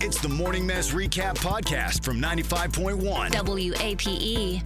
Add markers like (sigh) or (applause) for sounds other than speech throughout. It's the Morning Mess Recap Podcast from 95.1. E. WAPE.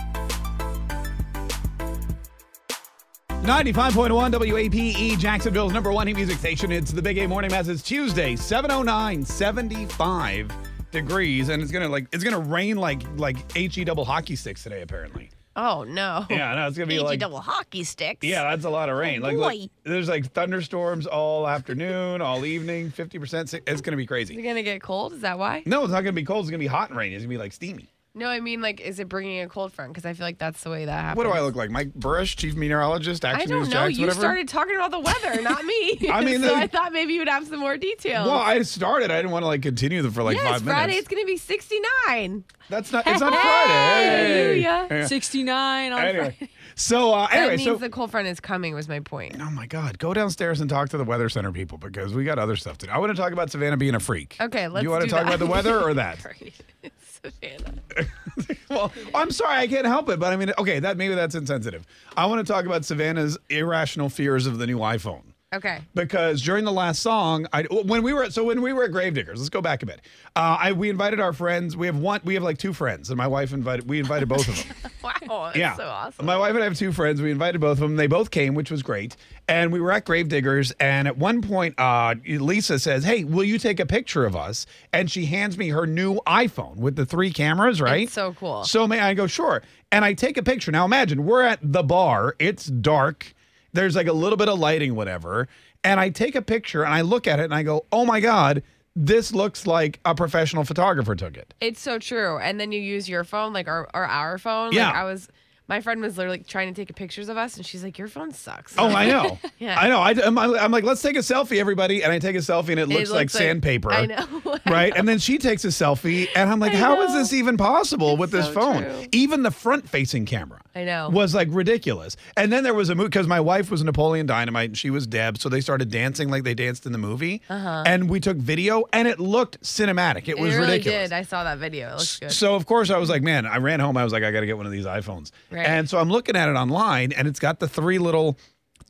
95.1 WAPE, E, Jacksonville's number one hit music station. It's the Big A Morning Mass. It's Tuesday, 709, 75 degrees, and it's gonna like it's gonna rain like like he double hockey sticks today. Apparently, Oh no. (laughs) yeah, no, it's gonna be Need your like E double hockey sticks. yeah, that's a lot of rain. like, boy. like there's like thunderstorms all afternoon, all evening, fifty percent. It's gonna be Is it crazy. gonna get cold? Is that why? No, it's not gonna be cold. It's gonna be hot and rainy. It's gonna be like steamy. No, I mean like, is it bringing a cold front? Because I feel like that's the way that happens. What do I look like, Mike Burrish, chief meteorologist, I action don't news know. Jax, you whatever? started talking about the weather, not me. (laughs) (laughs) I mean, so the- I thought maybe you would have some more details. well, I started. I didn't want to like continue the- for like yes, five Friday minutes. it's gonna be 69. That's not. It's not Friday. Hey! (laughs) Yeah. 69 on Anyway, so uh, That anyway, means so the cold front is coming. Was my point. (laughs) oh my God, go downstairs and talk to the weather center people because we got other stuff to do. I want to talk about Savannah being a freak. Okay, let's. You want to do talk that. about the weather or (laughs) that? Right. Savannah. well, I'm sorry, I can't help it, but I mean, okay, that maybe that's insensitive. I want to talk about Savannah's irrational fears of the new iPhone. Okay. (laughs) because during the last song, I when we were so when we were at Gravediggers, let's go back a bit. Uh, I we invited our friends. We have one. We have like two friends, and my wife invited. We invited both of them. Wow. That's yeah, So awesome. My wife and I have two friends. We invited both of them. They both came, which was great. And we were at Gravediggers, and at one point, uh, Lisa says, "Hey, will you take a picture of us?" And she hands me her new iPhone with the three cameras. Right. It's so cool. So may I go, sure. And I take a picture. Now imagine we're at the bar. It's dark. There's like a little bit of lighting, whatever. And I take a picture and I look at it and I go, oh my God, this looks like a professional photographer took it. It's so true. And then you use your phone, like or, or our phone. Yeah. Like I was, my friend was literally trying to take pictures of us, and she's like, "Your phone sucks." (laughs) Oh, I know. Yeah. I know. I, am I'm like, let's take a selfie, everybody. And I take a selfie and it looks, like, looks like- sandpaper. I know. (laughs) Right. And then she takes a selfie. And I'm like, I how is know. this even possible with this so phone? true. Even the front facing camera. I know. Was like ridiculous. And then there was a movie because my wife was Napoleon Dynamite and she was Deb. So they started dancing like they danced in the movie. Uh-huh. And we took video and it looked cinematic. It It was really ridiculous. did. I saw that video. It looks good. So of course I was like, man, I ran home. I was like, I got to get one of these iPhones. Right. And so I'm looking at it online, and it's got the three little,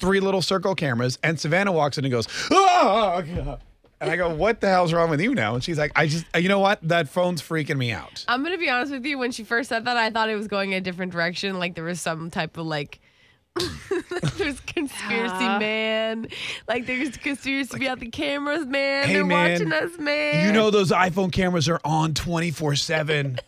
three little circle cameras. And Savannah walks in and goes, oh, God." and I go, what the hell's wrong with you now? And she's like, I just, you know what? That phone's freaking me out. I'm gonna be honest with you. When she first said that, I thought it was going in a different direction. Like there was some type of like. (laughs) there's conspiracy Ah. man. Like there's conspiracy about the cameras, man. Hey, They're man, watching us, man. You know those iPhone cameras are on 24 (laughs) seven,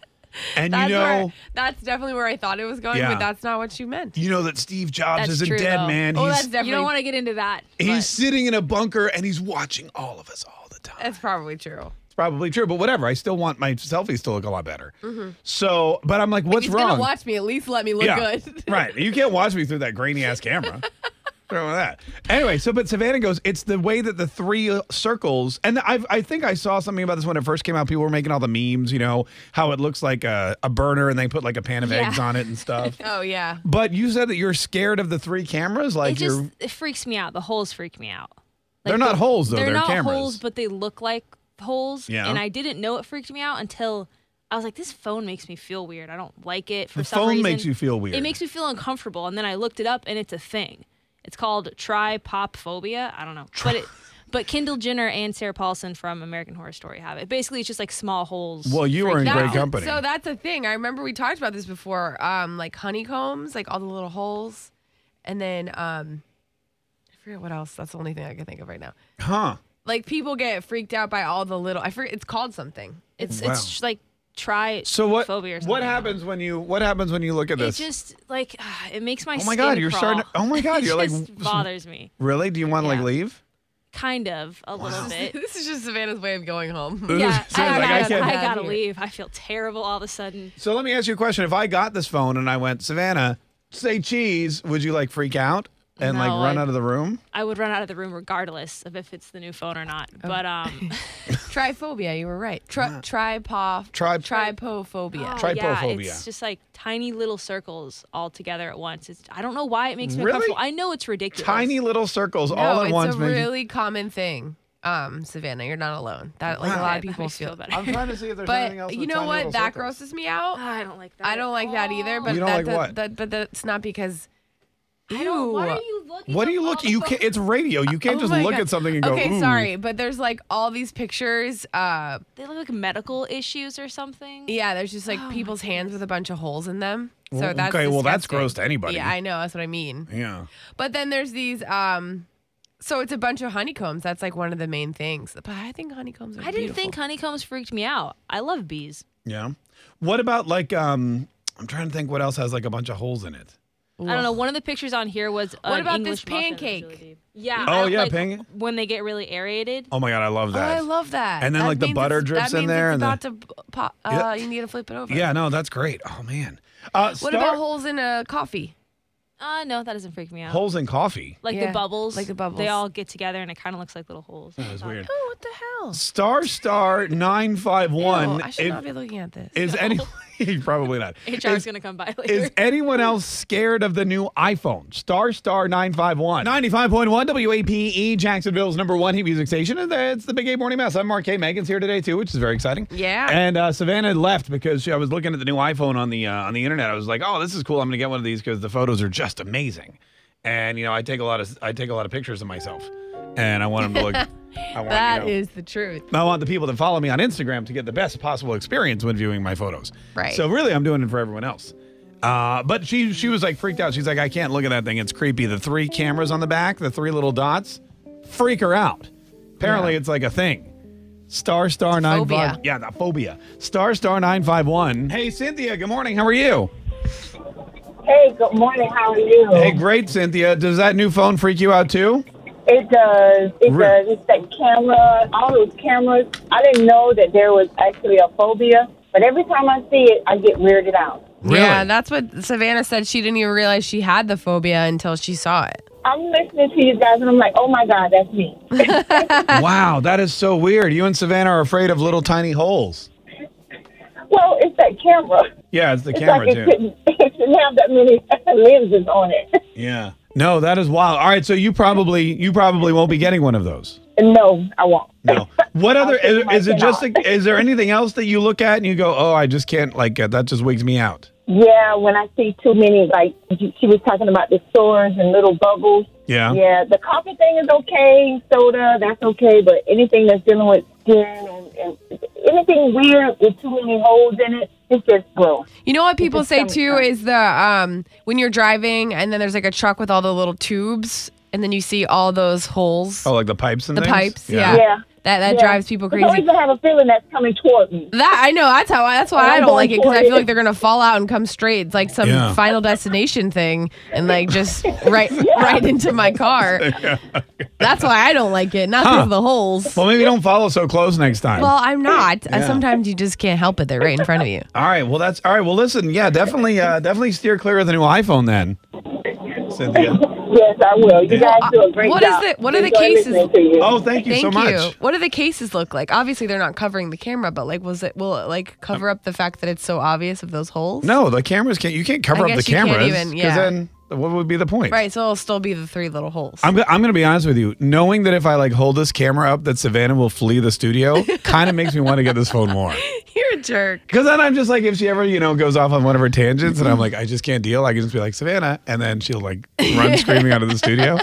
and you that's know. where, that's definitely where I thought it was going, Yeah. but that's not what she meant. You know that Steve Jobs That's isn't true, dead, though. man. Oh, he's that's definitely You don't want to get into that. he's sitting in a bunker and he's watching all of us all the time. that's probably true. probably true, but whatever. I still want my selfies to look a lot better. So, but I'm like, what's He's wrong? gonna watch me. At least let me look yeah, good. (laughs) right. You can't watch me through that grainy ass camera. What's wrong with that? Anyway, so but Savannah goes, it's the way that the three uh, circles, and I I think I saw something about this when it first came out. People were making all the memes, you know, how it looks like a, a burner, and they put like a pan of Yeah. eggs on it and stuff. (laughs) Oh yeah. But you said that you're scared of the three cameras, like It just you're. it freaks me out. The holes freak me out. They're not holes, though. They're, They're not cameras. holes, but they look like holes. Yeah. And I didn't know it freaked me out until I was like, this phone makes me feel weird. I don't like it for The some phone reason. makes you feel weird. It makes me feel uncomfortable. And then I looked it up, and it's a thing. It's called tripophobia. I don't know, but (laughs) it. But Kendall Jenner and Sarah Paulson from American Horror Story have it. Basically, it's just like small holes. Well, you were in freaking great out. company. So that's a thing. I remember we talked about this before. Um, like honeycombs, like all the little holes, and then um, I forget what else. That's the only thing I can think of right now. huh? Like people get freaked out by all the little. I forget. It's called something. It's Wow. it's like tri. So what? Phobia or something. what happens when you? What happens when you look at It this? just like (sighs) ah, it makes my Oh my God, skin you're crawl. starting to- oh my God, (laughs) It you're, like, just bothers me really? Do you want to like Yeah. leave? kind of a (laughs) little (laughs) bit. This is just Savannah's way of going home. Yeah, Sounds I, like I gotta, can't- I gotta leave. I feel terrible all of a sudden. So let me ask you a question. If I got this phone and I went, Savannah, say cheese, would you like freak out and like No, run I- out of the room? I would run out of the room regardless of if it's the new phone or not. Oh. (laughs) But um, (laughs) (laughs) Triphobia. You were right. Tri- tripof. Ah. Tri- Oh. tripophobia. Tri- yeah, Trypophobia. it's just like tiny little circles all together at once. It's I don't know why it makes me Really? uncomfortable. I know it's ridiculous. Tiny little circles no, all at it's once. a make you- really common thing. Um, Savannah, you're not alone. That like a Wow. lot of That people makes me feel. feel better. I'm trying to see if there's anything else. But you with know tiny little what? That circles. grosses me out. Ah, (laughs) I don't like that. I don't like that either. But You don't that, like that- what? that- but that's not because I don't. What Ew. are you looking? What up do you all look? the You pho- can't. It's radio. You can't Oh just my look God. at something and go. Okay, Ooh. sorry, but there's like all these pictures. Uh, They look like medical issues or something. yeah, there's just Oh like people's hands with a bunch of holes in them. So Well, that's okay, well, that's disgusting. gross to anybody. Yeah, I know. That's what I mean. Yeah. But then there's these. um So it's a bunch of honeycombs. That's like one of the main things. But I think honeycombs are. I didn't think honeycombs freaked me out. I love bees. Yeah. What about like um? I'm trying to think what else has like a bunch of holes in it. I don't know. One of the pictures on here was What an about English this muffin. It was really pancake? deep. Yeah. Oh, I- yeah, like, pancake. When they get really aerated. Oh my god, I love Oh, that. I love that. And then, That like, the means butter it's- drips that in means there It's and about the- to pop. Uh, Yeah. You need to flip it over. yeah, no, that's great. Oh man. Uh, What star- about holes in a coffee? Uh, no, that doesn't freak me out. holes in coffee? like Yeah, the bubbles. like the bubbles. They all get together and it kind of looks like little holes. That (laughs) was weird. Oh, what the hell? Star star nine five one. Ew, I should not be looking at this. Is any (laughs) probably not. HR is Is- going to come by later. Is anyone else scared of the new iPhone? Star Star 951. 95.1 WAPE, E, Jacksonville's number one hit music station. And it's the Big A Morning Mess. I'm Mark K. Megan's here today, too, which is very exciting. Yeah. And uh, Savannah left because she, I was looking at the new iPhone on the, uh, on the internet. I was like, oh, this is cool. I'm going to get one of these because the photos are just amazing. And, you know, I take a lot of, I take a lot of pictures of myself. And I want them to look. I want, That you know, is the truth. I want the people that follow me on Instagram to get the best possible experience when viewing my photos. Right. So really, I'm doing it for everyone else. Uh, but she she was like freaked out. She's like, I can't look at that thing. It's creepy. The three cameras on the back, the three little dots, freak her out. Apparently, it's like a thing. Star star nine five. Phobia. Yeah, the phobia. Star star nine five one. Hey Cynthia, good morning. How are you? Hey, good morning. How are you? Hey, great Cynthia. Does that new phone freak you out too? It does. It Really? does. It's that camera, all those cameras. I didn't know that there was actually a phobia, but every time I see it, I get weirded out. Really? Yeah, (laughs) that's what Savannah said. She didn't even realize she had the phobia until she saw it. I'm listening to you guys, and I'm like, oh my God, (laughs) that's me. wow, that is so weird. You and Savannah are afraid of little tiny holes. well, it's that camera. Yeah, it's the It's camera like too. it couldn't, (laughs) it shouldn't have that many (laughs) lenses on it. Yeah. No, that is wild. All right, so you probably you probably won't be getting one of those. no, I won't. No. What other take is, my is it pin just a, is there anything else that you look at and you go, "Oh, I just can't like uh, that just wigs me out." Yeah, when I see too many, like you- she was talking about the stores and little bubbles. Yeah. Yeah, the coffee thing is okay, soda, that's okay, but anything that's dealing with skin and, and anything weird with too many holes in it, it's just gross. You know what people just say don't too know. is the um when you're driving and then there's like a truck with all the little tubes and then you see all those holes, Oh, like the pipes and the things? pipes. Yeah. Yeah. That that Yeah. drives people I always crazy. have a feeling that's coming toward me. That I know. That's how. I, that's why And I I'm don't like it going because for I feel it. like they're gonna fall out and come straight. It's like some Yeah. Final Destination thing, and like (laughs) just right right into my car. (laughs) That's why I don't like it. Not because of the holes. Well, maybe don't follow so close next time. Well, I'm not. Uh, Yeah. Sometimes you just can't help it. They're right in front of you. all right. Well, that's all right. Well, listen, yeah, definitely uh definitely steer clear of the new iPhone then. Cynthia. Yes, I will. You Well, guys do a great what is job. the- what are the Enjoy cases- listening to you. Oh, thank you Thank so much. you. What do the cases look like? Obviously, they're not covering the camera, but like, was it will it like cover up the fact that it's so obvious of those holes? No, the cameras can't you can't cover I up the guess you can't cameras even- yeah. then what would be the point? Right, so it'll still be the three little holes. I'm, go- I'm going to be honest with you. Knowing that if I like hold this camera up, that Savannah will flee the (laughs) studio kind of makes me want to get this phone more. You're a jerk. Because then I'm just like, if she ever, you know, goes off on one of her tangents and I'm like, I just can't deal, I can just be like, Savannah. And then she'll like (laughs) run screaming out of the studio.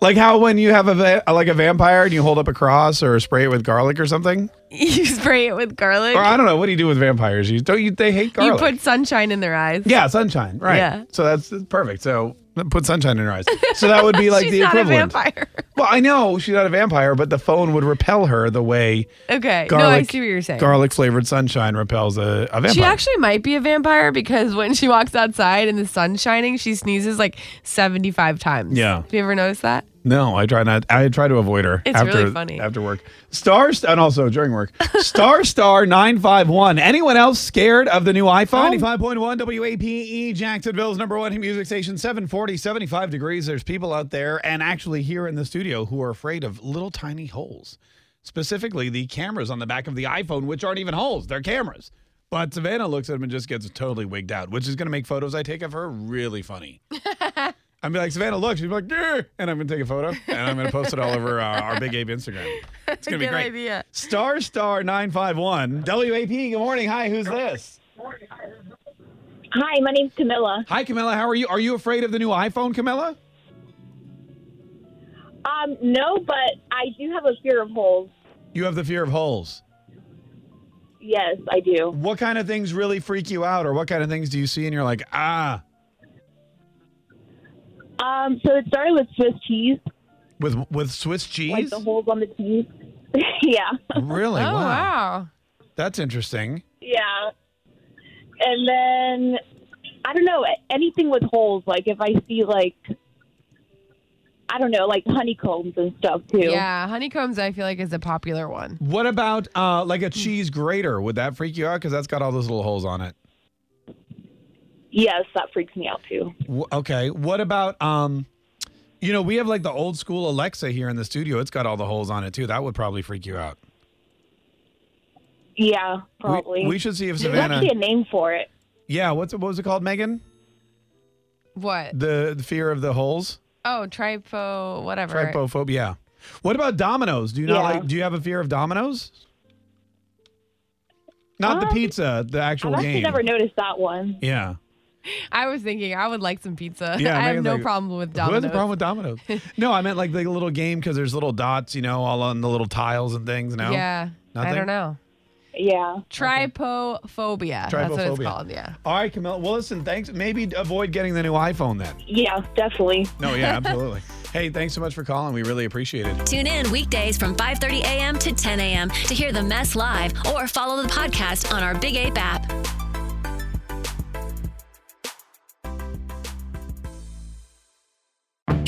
Like how when you have a va- like a vampire and you hold up a cross or spray it with garlic or something, (laughs) You spray it with garlic. or I don't know what do you do with vampires? You don't you they hate garlic? you put sunshine in their eyes. yeah, sunshine, right? Yeah. So that's that's perfect. So put sunshine in her eyes. So that (laughs) would be like She's the not equivalent. a vampire. (laughs) Well, I know she's not a vampire, but the phone would repel her the way okay. garlic no, I see what you're saying. garlic flavored sunshine repels a, a vampire. She actually might be a vampire because when she walks outside and the sun's shining, she sneezes like 75 times. Yeah. Have you ever noticed that? no, I try not. I try to avoid her. It's after, really funny. after work. Star st- and also during (laughs) work. Star star nine five one. Anyone else scared of the new iPhone? Ninety five point one WAPe E, Jacksonville's number one music station. 740, 75 degrees. There's people out there and actually here in the studio who are afraid of little tiny holes. Specifically, the cameras on the back of the iPhone, which aren't even holes, they're cameras. But Savannah looks at them and just gets totally wigged out, which is going to make photos I take of her really (laughs) funny. I'm be like, Savannah, look. She'd be like, "Yeah," and I'm gonna take a photo and I'm gonna post it all over uh, our Big Abe Instagram. It's gonna be Good great. idea. Star Star nine five one WAP. Good morning. Hi, who's this? Hi, my name's Camilla. Hi, Camilla. How are you? Are you afraid of the new iPhone, Camilla? Um, no, but I do have a fear of holes. You have the fear of holes. Yes, I do. What kind of things really freak you out, or what kind of things do you see and you're like, ah, Um, so it started with Swiss cheese, with with Swiss like cheese? the holes on the teeth. (laughs) yeah, (laughs) Really? wow. oh, wow. That's interesting. yeah. And then I don't know anything with holes. Like if I see like I don't know, like honeycombs and stuff too. Yeah, honeycombs, I feel like, is a popular one. What about uh, like a cheese grater? Would that freak you out? Because that's got all those little holes on it. Yes, that freaks me out too. W- okay. What about um, you know, we have like the old school Alexa here in the studio. It's got all the holes on it too. That would probably freak you out. Yeah, We- probably. We, should (laughs) see if There's actually Savannah. a name for it. Yeah. What's what was it called, Megan? What? The, the fear of the holes. Oh, trypo, whatever. Trypophobia. What about dominoes? Do you not Yeah. like? Do you have a fear of dominoes? Not the Um, pizza, the actual I've actually game. never noticed that one. yeah. I was thinking I would like some pizza. (laughs) Yeah, I have Megan's no like, problem with What's dominoes. the problem with dominoes? no, I meant like the little game because there's little dots, you know, all on the little tiles and things. No. Yeah, I Nothing? don't know. Yeah. Trypophobia. That's what it's Trypophobia. called. Yeah. All right, Camille. Well, listen, thanks. Maybe avoid getting the new iPhone then. Yeah, definitely. No, yeah, absolutely. hey, thanks so much for calling. We really appreciate it. Tune in weekdays from 5:30 a.m. to 10 a.m. to hear the mess live or follow the podcast on our Big Ape app.